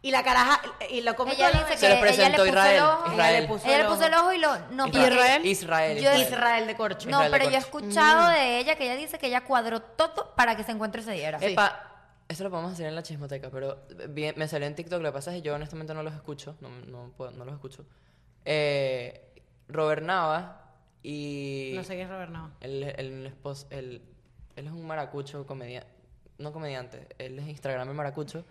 Speaker 1: Y la caraja, y lo cómico
Speaker 5: Ella
Speaker 1: de la-
Speaker 5: dice
Speaker 4: Se
Speaker 5: que
Speaker 4: los presentó
Speaker 5: ella le puso
Speaker 4: Israel.
Speaker 5: el ojo.
Speaker 4: Israel.
Speaker 1: Ella le puso
Speaker 5: Ella
Speaker 1: el
Speaker 5: le puso el
Speaker 1: ojo.
Speaker 5: ojo y lo. No, porque-
Speaker 4: Israel. Israel.
Speaker 5: Yo-
Speaker 1: Israel de corcho.
Speaker 5: No,
Speaker 4: Israel de
Speaker 5: pero yo he
Speaker 4: Corcho.
Speaker 5: escuchado de ella que ella dice que ella cuadró todo para que se encuentre ese día.
Speaker 4: Epa, esto lo podemos hacer en la chismoteca, pero bien- me salió en TikTok. Lo que pasa es que yo honestamente no los escucho. No, no, puedo- no los escucho. Eh, Robert Nava y.
Speaker 1: No sé qué es Robert Nava.
Speaker 4: Él, él, espos- él- él es un maracucho, comedia, no comediante, él es Instagram el maracucho.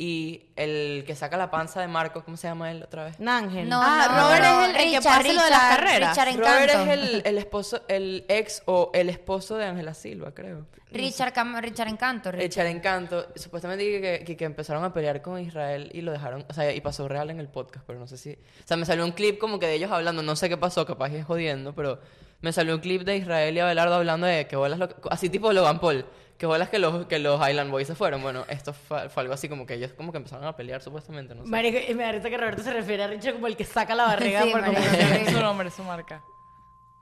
Speaker 4: Y el que saca la panza de Marco, ¿cómo se llama él otra vez?
Speaker 1: Nángel.
Speaker 5: No,
Speaker 2: Ah,
Speaker 5: no,
Speaker 2: Robert
Speaker 5: no,
Speaker 2: es el- el que
Speaker 5: Richard,
Speaker 2: pase lo de las
Speaker 5: Richard,
Speaker 2: carreras.
Speaker 5: Richard Encanto.
Speaker 4: Robert es el, el esposo, el ex o el esposo de Ángela Silva, creo.
Speaker 5: Richard, Cam- Richard Encanto. Richard.
Speaker 4: Echar encanto. Supuestamente que, que, que empezaron a pelear con Israel y lo dejaron, o sea, y pasó real en el podcast, pero no sé si... O sea, me salió un clip como que de ellos hablando, no sé qué pasó, capaz es jodiendo, pero me salió un clip de Israel y Abelardo hablando de que bolas, lo- así tipo Logan Paul, que bolas que los, que los Island Boys se fueron. Bueno, esto fue, fue algo así como que ellos como que empezaron a pelear supuestamente, no sé.
Speaker 1: Marico, y me da risa que Roberto se refiere a Richard como el que saca la barriga
Speaker 5: Sí,
Speaker 1: por
Speaker 5: marico.
Speaker 1: conversación.
Speaker 3: Es su nombre, es su marca.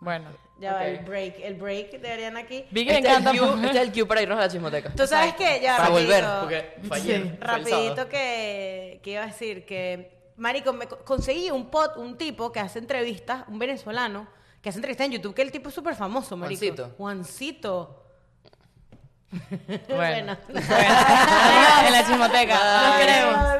Speaker 3: Bueno.
Speaker 1: Ya va, el
Speaker 4: Ok.
Speaker 1: break, el break de Ariana aquí.
Speaker 3: Vi que
Speaker 4: Este,
Speaker 3: me encanta.
Speaker 4: es el cue- este es el cue para irnos a la chismoteca.
Speaker 1: ¿Tú sabes qué? Ya,
Speaker 4: Para
Speaker 1: rapidito.
Speaker 4: volver, porque fue ayer, fue el
Speaker 1: Rapidito
Speaker 4: sábado.
Speaker 1: que, que iba a decir que, marico, me co- conseguí un pot, un tipo que hace entrevistas, un venezolano, que hace entrevistas en YouTube, que el tipo es súper famoso, marico.
Speaker 4: Juancito.
Speaker 1: Juancito.
Speaker 3: Bueno.
Speaker 1: Bueno.
Speaker 3: en la chismoteca.
Speaker 1: Nos
Speaker 4: Bye.
Speaker 1: queremos.